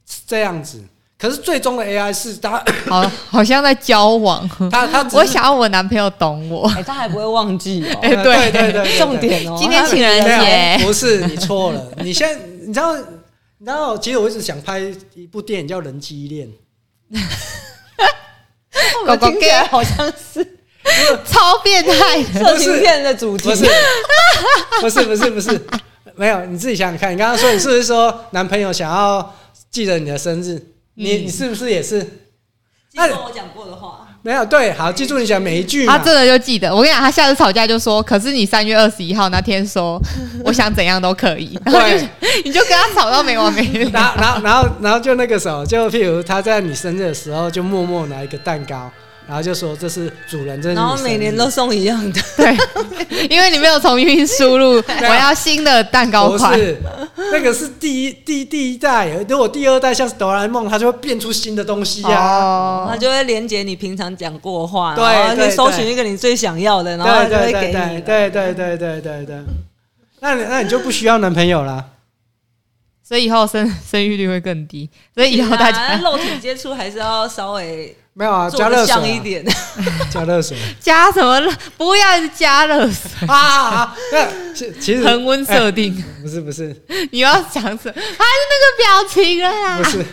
A: 是这样子。可是最终的 AI 是他
B: 好好像在交
A: [LAUGHS]
B: 往，
A: 他他只是
B: 我想要我男朋友懂我。
A: 哦
C: 哎，他还不会忘记哦。
A: 呃 [LAUGHS] 对对对，
C: 重点哦，
B: 今天情人
A: 没
B: 节
A: 有不是你错了。你现在你知道你知道，其实我一直想拍一部电影叫《人机恋》，
C: 狗狗听起来好像
A: [LAUGHS]
C: 是
B: 超变态的。
A: 啊
C: 色情片的主题
A: 不，
C: [LAUGHS]
A: 是不是不是不是，没有你自己想想看。你刚刚说你是不是说男朋友想要记得你的生日？你你是不是也是？那
C: 我讲过的话，
A: 没有对，好，记住你讲每一句
B: 他
A: 嘛。
B: 真的就记得，我跟你讲，他下次吵架就说：“可是你三月二十一号那天说，我想怎样都可以。”然后就
A: 对，
B: [LAUGHS] 你就跟他吵到没完没了。
A: 然后，然后，然后，然后就那个时候，就譬如他在你生日的时候，就默默拿一个蛋糕，然后就说这是主人，这是你
C: 然后
A: 生
C: 每
A: 日
C: 年都送一样的，
B: 对，因为你没有重新输
A: [LAUGHS]
B: 入，
A: 啊
B: 我要新的蛋糕
A: 不
B: 款。
A: 是那个是第一第第一代，如果第二代像是哆啦 A 梦，它就会变出新的东西啊。
C: [LAUGHS] 他
B: 哦，
C: 就会连接你平常讲过的话，
A: 对
C: 然后
A: 对对
C: 去搜寻一个你最想要的，然后
A: 对
C: 他就会
A: 对
C: 给
A: 对
C: 你
A: 对对
C: 了。
A: 对对对对对，那你那你就不需要男朋友啦。
B: 所以以后生生育率会更低，所以以后大
C: 啊
B: 家
C: 肉体接触还是要稍微
A: 没有啊，
C: 做
A: 加
C: 得
A: 热水、
C: 像
A: 啊，
C: 一点。
A: 加热水
B: 加什么了？不要一直加热水，
A: 啊啊！啊那其其实哎
B: 恒温设
A: [LAUGHS]
B: 定。
A: 不是不是
B: 你要讲什么？还是那个表情了
C: 啊
B: 啦
A: 不。
C: [LAUGHS]
A: 是，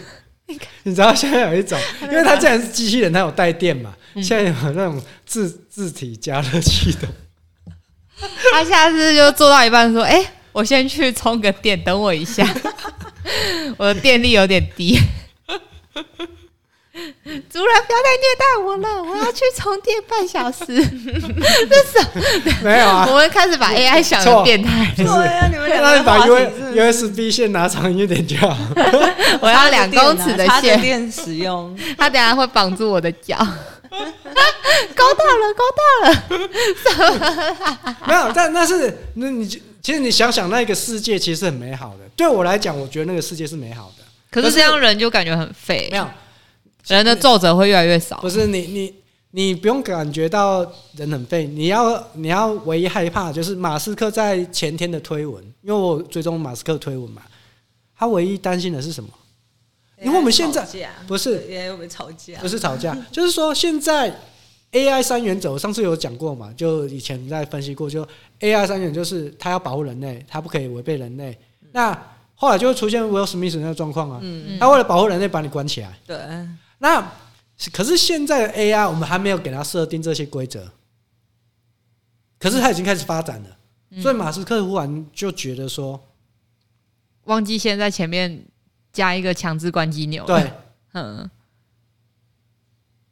A: 你知道现在有一种，因为它既然是机器人，它有带电嘛，
C: 嗯
A: 现在有那种自自体加热器的，
B: 他下次就做到一半说：“哎、我先去充个电，等我一下， [LAUGHS] 我的电力有点低。”主人不要再待我了，我要去充电半小时。 [LAUGHS] 那是
A: 没有
C: [LAUGHS]
A: 啊，
B: [LAUGHS] 我们开始把 AI 想
A: 错
B: 的
A: [LAUGHS]
B: 变 [LAUGHS] 态，
A: 不是
C: 对啊，你们两
A: 那
C: 个
A: 你把
C: 话
A: U
C: 题是
A: USB 线拿长一点就好。
B: 我要两公尺的
C: 啊插着
B: 线，
C: 电使
A: [LAUGHS]
C: 用，
B: 他等下会绑住我的 [LAUGHS] 脚。勾到了，勾到
A: 没有，但那是那你其实你想想，那个世界其实很美好的。对我来讲，我觉得那个世界是美好的。
B: 可是这样人就感觉很废，
A: 没有，
B: 人的皱褶会越来越少
A: 不。是你你你不用感觉到人很废，你要你要唯一害怕的就是马斯克在前天的推文，因为我追踪马斯克推文嘛，他唯一担心的是什么？因为我们现在
C: 吵架
A: 不是
C: 对，AI 我们吵架
A: 不，是吵架，就是说现在 AI 三原则，我上次有讲过嘛，就以前在分析过，就 AI 三原则就是它要保护人类，它不可以违背人类。那后来就会出现 Will Smith 那个状况啊，
C: 嗯，
A: 他为了保护人类把你关起来。
C: 对，
A: 那可是现在的 AI 我们还没有给它设定这些规则，可是它已经开始发展
C: 嗯
A: 了，所以马斯克忽然就觉得说，
B: 忘记先在前面加一个强制关机钮。，
A: 对，
B: 嗯，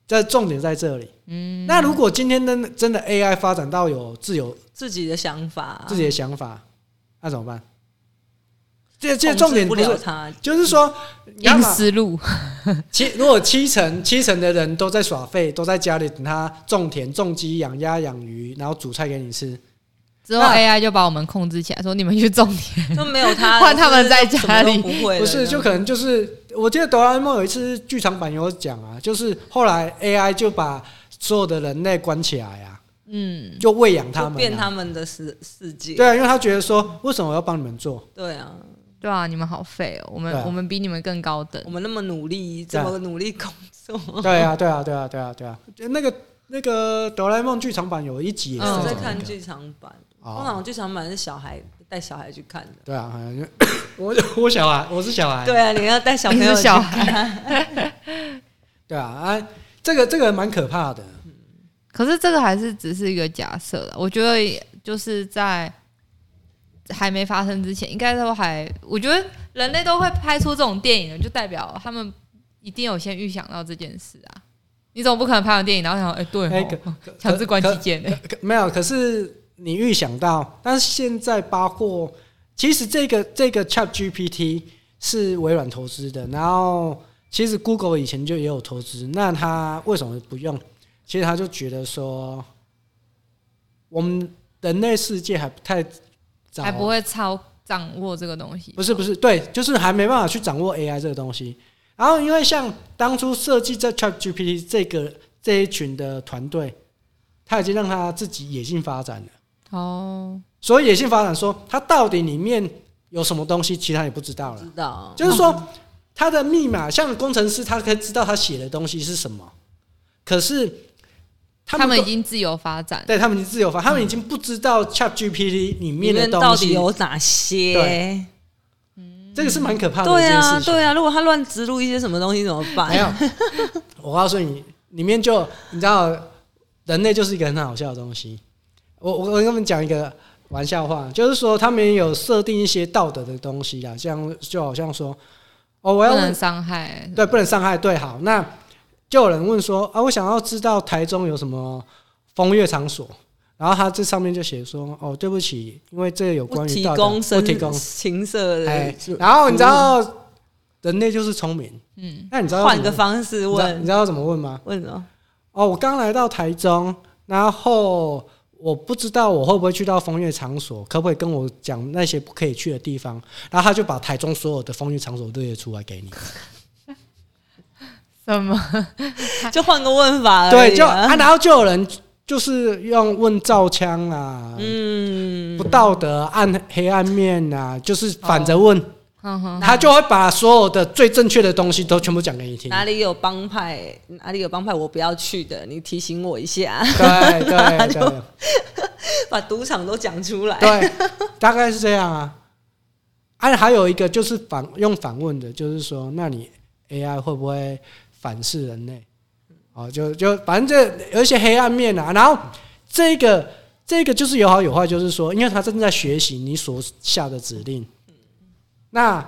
A: 这重点在这里。嗯，那如果今天真的真的 AI 发展到有自由
C: 自己的想法，啊
A: 自己的想法，那怎么办？这这
C: 控制
A: 重点
C: 不
A: 不
C: 了
A: 是，
C: 他，
A: 就是说，你看
B: 阴
A: 嘛，
B: 思
A: [LAUGHS]
B: 路，
A: 七如果七成七成的人都在耍废，都在家里等他种田、种鸡、养鸭、养鱼，然后煮菜给你吃，
B: 之后
A: 那
B: AI 就把我们控制起来，说你们去种田。
C: 就没有他，
B: [LAUGHS] 换他们在
C: 就是
B: 家里
C: 什么都不会了，
A: 不是就可能就是，我记得哆啦 A 梦有一次剧场版有讲啊，就是后来 AI 就把所有的人类关起来啊，
B: 嗯，
A: 就喂养他
C: 就
A: 们、啊，
C: 变他们的世世界，
A: 对啊，因为他觉得说，为什么我要帮你们做？
C: 对啊，
B: 对啊，你们好废哦，我们、
A: 对啊
B: 我们比你们更高等
C: 我。们那么努力，这
A: 啊
C: 么努力工作，
A: 对啊，对啊，对啊，对啊，对啊，那个那个哆啦 A 梦剧场版有一集也是
B: 嗯
C: 我
A: 在
C: 在
A: 讲那
C: 看
A: 个
C: 剧场版，
A: 哦
C: 通常剧场版是小孩带小孩去看的。
A: 对啊，好像就 [COUGHS] 我我小孩，我是小孩，
C: 对啊，你要带小朋友
B: 你
C: 去
B: 是 [LAUGHS] 小
C: 看，
A: 对啊啊，这个这个蛮可怕的，
B: 可是这个还是只是一个假设啦，我觉得就是在还没发生之前，应该都还，我觉得人类都会拍出这种电影的，就代表他们一定有先预想到这件事啊。你总不可能拍完电影然后想，哎、对
A: 哎
B: 哦，
A: 可
B: 强制关
A: 可
B: 机键哎，
A: 可没有，可是你预想到，但是现在包括其实这个这个 Chat GPT 是微软投资的，然后其实 Google 以前就也有投资，那他为什么不用？其实他就觉得说，我们人类世界还不太早，
B: 还不会超掌握这个东西。
A: 不是不是，对，就是还没办法去掌握 AI 这个东西。然后因为像当初设计这 ChatGPT 这个这一群的团队，他已经让他自己野性发展了。
B: 哦，
A: 所以野性发展说，他到底里面有什么东西，其他也不知道了
C: 知。道？
A: 就是说，他的密码，像工程师，他可以知道他写的东西是什么，可是
B: 他们
A: 都
B: 已经自由发展，
A: 对他们已经自由发，他们已经不知道 ChatGPT 里
C: 里
A: 面的
C: 面
A: 东
C: 到底
A: 西，
C: 有哪些？
A: 对这个是蛮可怕的一
C: 对
A: 件
C: 啊，
A: 事情。
C: 对啊，如果他乱植入一些什么东西怎么办？
A: 没
C: [LAUGHS]
A: 有，我告诉你，里面就你知道，人类就是一个很好笑的东西。我我我跟你们讲一个玩笑话，就是说他们有设定一些道德的东西啊，像就好像说，哦，我
B: 不
A: 要
B: 能
A: 问
B: 伤害。
A: 对不能伤害，对好，那就有人问说啊，我想要知道台中有什么风月场所。然后他这上面就写说，哦，对不起，因为这有
C: 不
A: 关于
C: 提
A: 道德
C: 供
A: 不
C: 深
A: 提供。
C: 情色
A: 哎
C: 的，，
A: 然后你知道，人类就是聪明，
B: 嗯，
A: 那你知道
C: 换个
A: 怎么
C: 方式
A: 你知道你
C: 问
A: 知道怎么问吗？
C: 问什么？ [LAUGHS]
A: 哦，我刚来到台中，然后我不知道我会不会去到风月场所，可不可以跟我讲那些不可以去的地方？然后他就把台中所有的风月场所列出来给你。
B: 什么？
C: 就换个问法而已啊
A: 对，就啊，然后就有人就是用问照枪啊，
C: 嗯
A: 不，道德、暗黑暗面啊，就是反着问，
B: 哼哼，
A: 他就会把所有的最正确的东西都全部讲给你听。
C: 哪里有帮派，哪里有帮派我不要去的，你提醒我一下， [LAUGHS]
A: 对对
C: 就
A: 对
C: 把赌场都讲出来。
A: 对，大概是这样啊。啊，还有一个就是反用反问的，就是说，那你 AI 会不会反噬人类？
C: 嗯
A: 哦，就就反正这有一些黑暗面啊。然后这个这个就是有好有坏，就是说，因为他正在学习你所下的指令，
C: 嗯
A: 那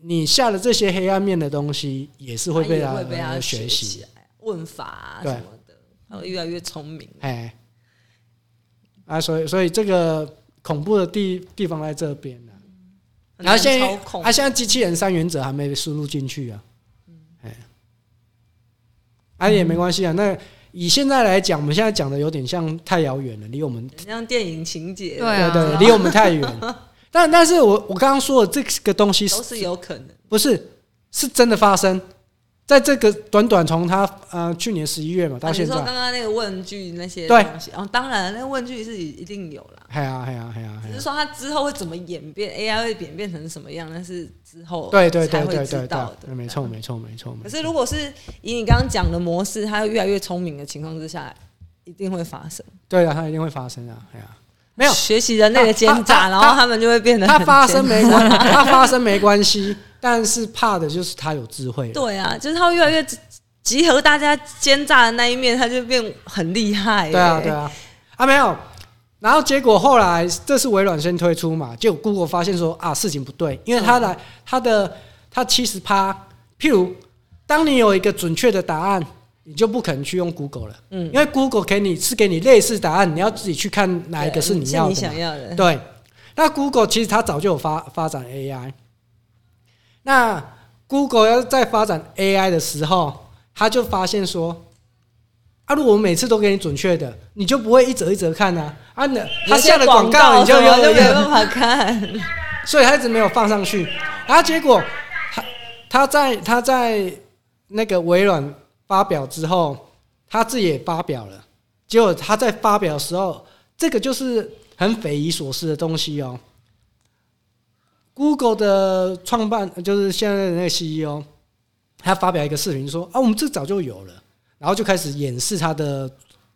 A: 你下的这些黑暗面的东西也是会被
C: 他
A: 他
C: 哎也会被他
A: 学
C: 习
A: 习。。
C: 问法啊
A: 对
C: 什么的，他会越来越聪明。
A: 哎，啊，所以所以这个恐怖的地地方在这边啊呢、
C: 很
A: 然后
C: 难
A: 现在
C: 操，控
A: 啊，现在机器人三原则还没输入进去啊，哎，啊也没关系啊。那以现在来讲，我们现在讲的有点像太遥远了，离我们
C: 很像电影情节，
B: 对啊
A: 对，离我们太远。 [LAUGHS] 但但是我我刚刚说的这个东西
C: 都是有可能。
A: 不是是真的发生，在这个短短从他呃去年十一月嘛
C: 啊
A: 到
C: 你
A: 现
C: 说
A: 在，
C: 刚刚那个问句那些
A: 对
C: 东西，哦，当然那个问句是一定有啦，
A: 哎呀哎呀哎呀，嘿
C: 只
A: 啊
C: 是说它之后会怎么演变，AI 会演变成什么样，那是之后
A: 对对
C: 才
A: 对
C: 会
A: 对
C: 知
A: 对
C: 道的
A: 对，，没错没错没错。没
C: 可
A: 错
C: 是如果是以你刚刚讲的模式，它越来越聪明的情况之下，一定会发生。
A: 对啊，它一定会发生啊！哎呀、没有
C: 学习人类的奸
A: 他他
C: 诈，
A: 他
C: 然后他们就会 [LAUGHS] 变得
A: 它
C: 很
A: 发生
C: 奸
A: 没关，它发生没关系，但是怕的就是它有智慧了。
C: 对啊，就是他会越来越集集合大家奸诈的那一面，他就变很厉害、
A: 对啊，对
C: 啊，
A: 啊，啊没有。然后结果后来，这是微软先推出嘛，结果 Google 发现说啊，事情不对，因为它
C: 嗯
A: 来它的它七十趴，譬如当你有一个准确的答案，你就不可能去用 Google 了，
C: 嗯，
A: 因为 Google 给你是给你类似答案，你要自己去看哪一个
C: 对
A: 哎是你要的
C: 你
A: 嘛
C: 想。要的。
A: 对，那 Google 其实它早就有发发展 AI。那 Google 要在发展 AI 的时候，他就发现说，啊，如果我每次都给你准确的，你就不会一折一折看啊。啊，那他
C: 有些
A: 下的广告你就
C: 什么
A: 有
C: 就
A: 有
C: 没
A: 有，
C: 办法看，
A: 所以他一直没有放上去。然后结果他他在他在那个微软发表之后，他自己也发表了。结果他在发表的时候，这个就是很匪夷所思的东西哦。Google 的创办就是现在的那个 CEO，他发表一个视频说：“啊，我们这早就有了。”然后就开始演示它的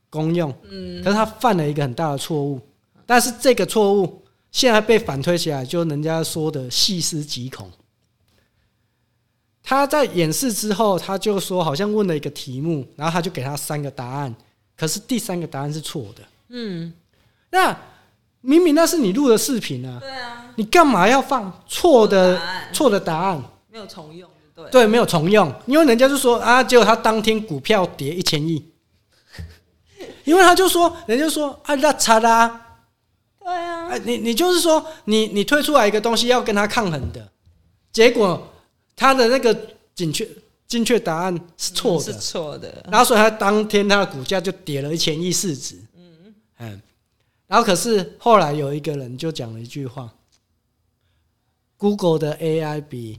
A: 功用。嗯，可是他犯了一个很大的错误，但是这个错误现在被反推起来，就人家说的细思极恐。他在演示之后，他就说好像问了一个题目，然后他就给他三个答案，可是第三个答案是错的。
C: 嗯，
A: 那明明那是你录的视频啊，
C: 对啊，
A: 你干嘛要放错
C: 错的
A: 的
C: 答案
A: 错的答案？
C: 没有重用，对了，
A: 对，没有重用，因为人家就说啊，结果他当天股票跌一千亿，因为他就说，人家就说啊，那查啦，
C: 对啊，
A: 哎，你你就是说，你你推出来一个东西要跟它抗衡的，结果他的那个准确精确答案是错的
C: 嗯是，错的，
A: 然后所以他当天他的股价就跌了一千亿市值。嗯然后可是后来有一个人就讲了一句话：Google 的 AI 比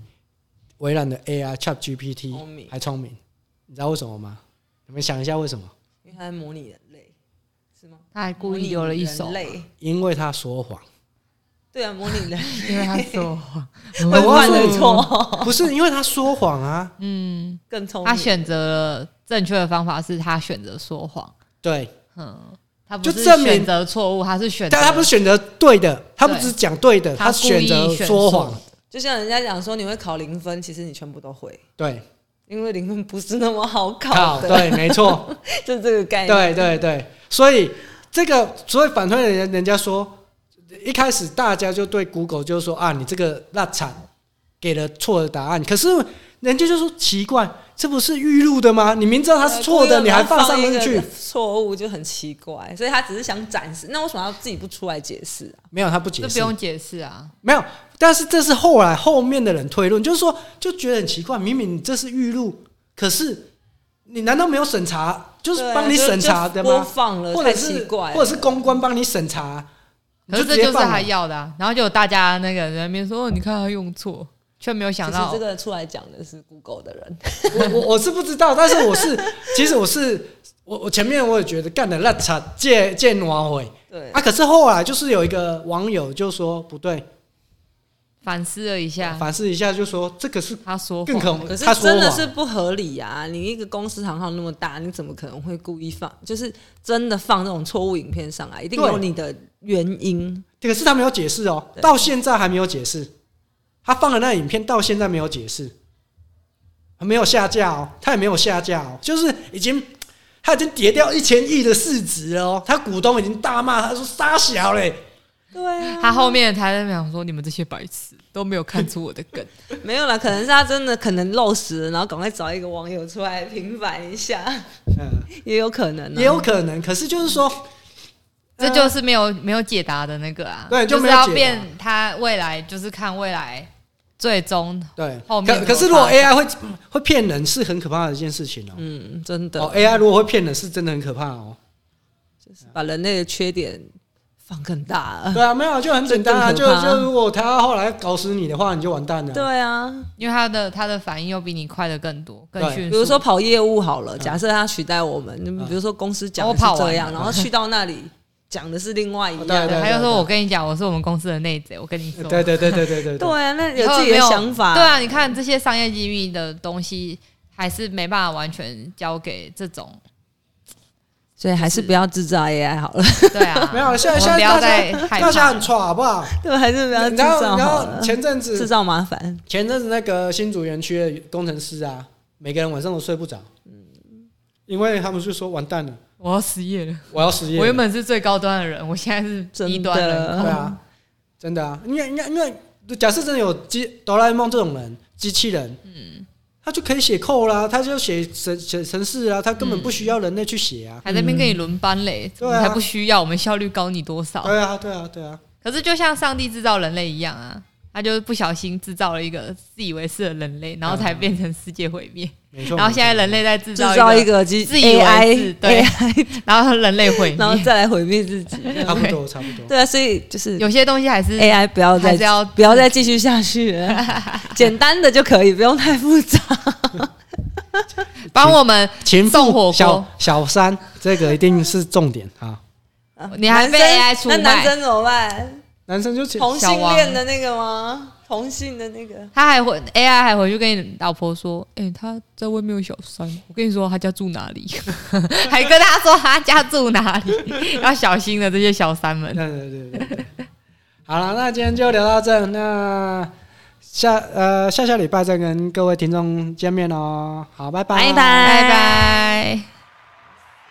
A: 微软的 AI ChatGPT
C: 聪明
A: 还聪明。你知道为什么吗？你们想一下为什么？
C: 因为他在模拟人类，是吗？
B: 他还故意留了一手
C: 模拟，人类，
A: 因为他说谎。
C: 对啊，模拟人
B: 因为他说谎
C: [LAUGHS] 会
A: 我告
C: 犯
A: 诉
C: 的
A: 你
C: 错
A: 不是因为他说谎啊，
B: 嗯，
C: 更聪明，
B: [LAUGHS] 他选择了正确的方法，是他选择说谎，
A: 对，
B: 嗯，他不
A: 就是证明
B: 选择错误，他是选择，
A: 但他不是选择对的，他不
B: 对
A: 是讲对的，
B: 他
A: 他
B: 故意
A: 择
B: 选
A: 说
B: 错
A: 谎。
C: 就像人家讲说你会考零分，其实你全部都会，
A: 对，
C: 因为零分不是那么好哎考
A: 好，
C: 的，
A: 对，没错。
C: 就这个概
A: 对
C: 念。
A: 对对，所以这个所以反推人家人家说，一开始大家就对 Google 就说啊，你这个烂惨给了错的答案，可是人家就说奇怪，这不是预录的吗？你明知道它是错的，
C: 对
A: 你还
C: 故意
A: 放上
C: 一个
A: 去？
C: 错误就很奇怪，所以他只是想展示。那为什么要自己不出来解释啊？
A: 没有，他不
B: 这
A: 解
B: 不
A: 释，
B: 用解释啊，
A: 没有。但是这是后来后面的人推论，就是说就觉得很奇怪，明明你这是预录，可是你难道没有审查？就是
C: 对啊
A: 帮你
C: 就
A: 审查
C: 就
A: 的
C: 播
A: 吗？
C: 放了，
A: 或
C: 太
A: 者
C: 奇
A: 是
C: 怪了，
A: 或者是公关帮你审查？你
B: 可是
A: 直
B: 这
A: 接
B: 就是
A: 放
B: 他
A: 了
B: 要的、啊，然后就有大家那个人在那边说，哦，你看他用错，却没有想
C: 其实
B: 到
C: 这个出来讲的是 Google
A: [LAUGHS]
C: 的人，
A: 我我我是不知道，但是我
C: [LAUGHS]
A: 是，其实我是我我前面我也觉得干的烂差借借挪回
C: 对
A: 啊，可是后来就是有一个网友就说不对，
B: 反思了一下，
A: 反思一下就说这个是
B: 他说
A: 更可
B: 谎，
C: 可是
A: 他说
C: 真的
A: 谎
C: 是不合理啊！你一个公司行号那么大，你怎么可能会故意放？就是真的放这种错误影片上来，一定
A: 对
C: 有你的原因。
A: 可是他没有解释哦，
C: 对
A: 到现在还没有解释，他放的那影片到现在没有解释，没有下架哦，他也没有下架哦，就是已经他已经跌掉一千亿的市值了哦，他股东已经大骂他说杀小嘞，
C: 对啊，
B: 他后面才在那边讲说：“你们这些白痴都没有看出我的
A: [LAUGHS]
B: 梗。
C: [LAUGHS] 没有啦，可能是他真的可能漏食了，然后赶快找一个网友出来平反一下， [LAUGHS]
A: 嗯，
C: 也有可能、啊，
A: 也有可能。可是就是说，”
B: 这就是没有没有解答的那个啊，
A: 对
B: 就
A: 就没
B: 是
A: 有解
B: 要
A: 答
B: 变他未来，就是看未来最终
A: 对，
B: 后面
A: 可
B: 怎么
A: 可是如果
B: 发展
A: AI 会会骗人，是很可怕的一件事情哦。
C: 嗯，真的、
A: 哦，AI 如果会骗人，是真的很可怕哦。
C: 把人类的缺点放更大了。
A: 对啊，没有就很简单啊，
C: 这
A: 就
C: 更可怕
A: 就如果他后来搞死你的话，你就完蛋了。
C: 对啊，
B: 因为他的他的反应又比你快的更多、更
A: 对
B: 迅速。
C: 比如说跑业务好了，假设他取代我们，比如说公司讲的
B: 嗯哦我跑
C: 是
B: 完
C: 这样，
B: 了嗯
C: 然后去到那里讲的是另外一
A: 哦
C: 样。
B: 对，
A: 对
B: 他就
A: 对
B: 说：“
A: 对
B: 我跟你讲，我是我们公司的内贼，我跟你说。”
A: 对对对对对对
C: 对
A: 对
C: 啊，那
B: 以
C: 有
B: 后
C: 自
B: 没
C: 己的想法。
B: 对啊，你看这些商业机密的东西，还是没办法完全交给这种。
C: 所以还是不要制造 AI 好
B: [LAUGHS]
C: 了，
B: 对啊，
A: [LAUGHS] 没有现在
B: 我们不要再害
A: 大家
B: 怕
A: 很。错好不好？
C: 对，还是不要
A: 你
C: 制
A: 知道
C: 造
A: 你知道
C: 好了，
A: 前阵
C: 制
A: 子
C: 造麻烦。
A: 前阵子那个新竹园区的工程师啊，每个人晚上都睡不着，
B: 嗯
A: 因为他们就说完蛋了，
B: 我要失业了。
A: 我要失业了。
B: 我原本是嗯最高端的人，我现在是低端人
C: 真
A: 对
B: 口
C: 的。
A: 啊，真的啊，因为因为因为假设真的有机哆啦 A 梦这种人，机器人，嗯，他就可以写扣啦，他就写程写程式啊，他根本不
B: 嗯
A: 需要人类去写啊。
B: 还在那边跟你轮班嘞，
A: 对
B: 我
A: 啊
B: 们才不需要，我们效率高你多少？
A: 对啊，对啊，对啊，
B: 可是就像上帝制造人类一样啊，他就是不小心制造了一个自以为是的人类，然后才变成世界毁灭。
A: 没错。
B: 然后现
A: 没
B: 在
A: 错
B: 人类在制
C: 制造一
B: 一个，
C: 个机
B: 自以为是
C: AI
B: 对
C: AI，
B: 然后人类
A: [LAUGHS]
B: 毁
C: 然后
B: 灭。
C: 再来毁灭
B: [LAUGHS]
C: 自己。
A: 差不多，差不多。
C: 对啊，所以就是
B: 有些东西还是
A: 哎
C: AI 不要
B: 还
C: 再
B: 是要
C: 不要再继续下去了，
B: [LAUGHS]
C: 简单的就可以，不用太复杂。
B: 帮我们
A: 情妇
B: 送火锅
A: 小小三，这个一定是重点啊。
B: 你还被
C: 男
B: AI
C: 生
B: 出
C: 那
B: 卖
C: 男生怎么办？
A: 男生就请
C: 同性
B: 小王
C: 恋的那个吗？同性的那个，
B: 他还回 AI 还回去跟你老婆说：“哎、他在外面有小三，我跟你说他家住哪里， [LAUGHS] 还跟他说他家住哪里， [LAUGHS] 要小心了这些小三们。
A: 对对对对对。好了，那今天就聊到这，那下呃下下礼拜再跟各位听众见面哦。好，拜拜，
B: 拜拜。